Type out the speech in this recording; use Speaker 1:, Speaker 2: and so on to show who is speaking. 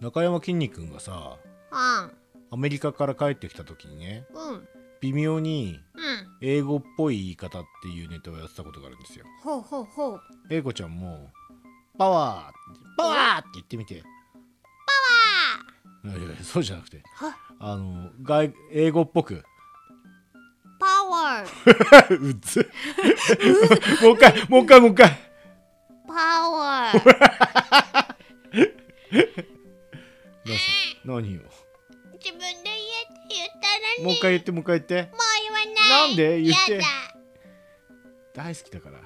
Speaker 1: 中山筋肉んがさ
Speaker 2: あん
Speaker 1: アメリカから帰ってきた時にね
Speaker 2: うんうん
Speaker 1: 微妙に英語っぽい言い方っていうネタをやってたことがあるんですよ
Speaker 2: ほうほうほう
Speaker 1: 英子ちゃんもパワーってパワーって言ってみてパワーいやいやそうじゃなくて
Speaker 2: は
Speaker 1: あの外英語っぽく
Speaker 2: パワー
Speaker 1: うっつもう一回もう一回もう一回
Speaker 2: パワ ー
Speaker 1: なし何を
Speaker 2: 自分で言えって言ったのに
Speaker 1: もう一回言ってもう一回言って
Speaker 2: もう言わない
Speaker 1: なんで言って
Speaker 2: やだ
Speaker 1: 大好きだから